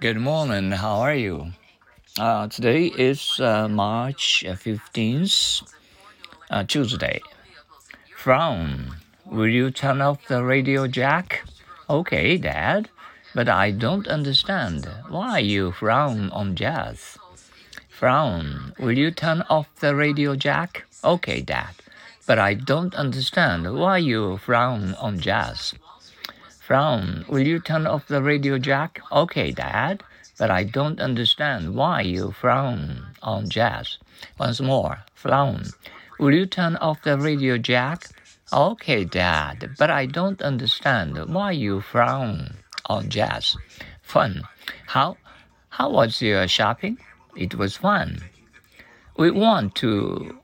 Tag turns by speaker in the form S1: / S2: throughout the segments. S1: Good morning. How are you? Uh, today is uh, March 15th, uh, Tuesday. Frown, will you turn off the radio, Jack? Okay, Dad. But I don't understand. Why you frown on jazz? Frown, will you turn off the radio, Jack? Okay, Dad. But I don't understand why you frown on jazz. Frown, will you turn off the radio, Jack? Okay, Dad. But I don't understand why you frown on jazz. Once more, frown. Will you turn off the radio, Jack? Okay, Dad. But I don't understand why you frown on jazz. Fun. How? How was your shopping? It was fun. We want to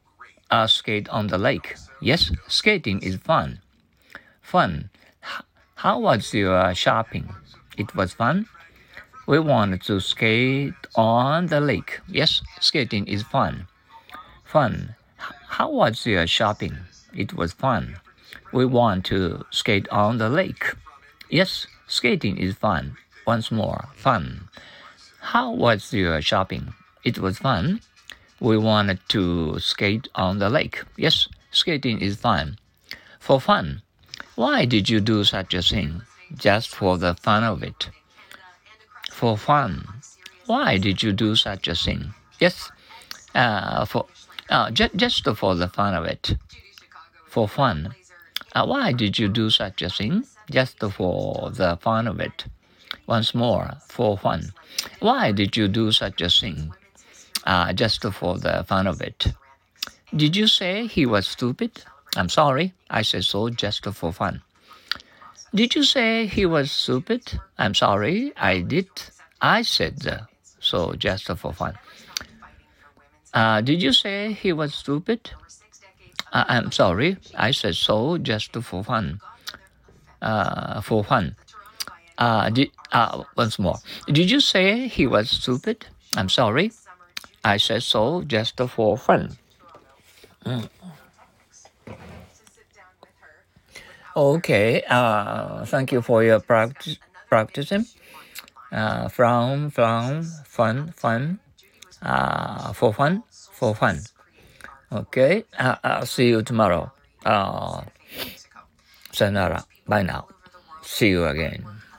S1: uh, skate on the lake. Yes, skating is fun fun. H- How was your uh, shopping? It was fun. We wanted to skate on the lake. Yes, skating is fun. Fun. H- How was your shopping? It was fun. We want to skate on the lake. Yes, skating is fun. Once more, fun. How was your shopping? It was fun. We wanted to skate on the lake. Yes, skating is fun for fun. Why did you do such a thing? Just for the fun of it. For fun. Why did you do such a thing? Yes, uh, for uh, ju- just for the fun of it. For fun. Uh, why did you do such a thing? Just for the fun of it. Once more, for fun. Why did you do such a thing? Uh, just for the fun of it. Did you say he was stupid? I'm sorry, I said so just for fun. Did you say he was stupid? I'm sorry, I did. I said uh, so just for fun. Uh, did you say he was stupid? I- I'm sorry, I said so just for fun. Uh, for fun. Uh, did, uh, once more. Did you say he was stupid? I'm sorry, I said so just for fun. Okay, uh, thank you for your practice, practicing. Uh, frown, frown, fun, fun. Uh, for fun, for fun. Okay, uh, I'll see you tomorrow. Uh, sayonara. Bye now. See you again.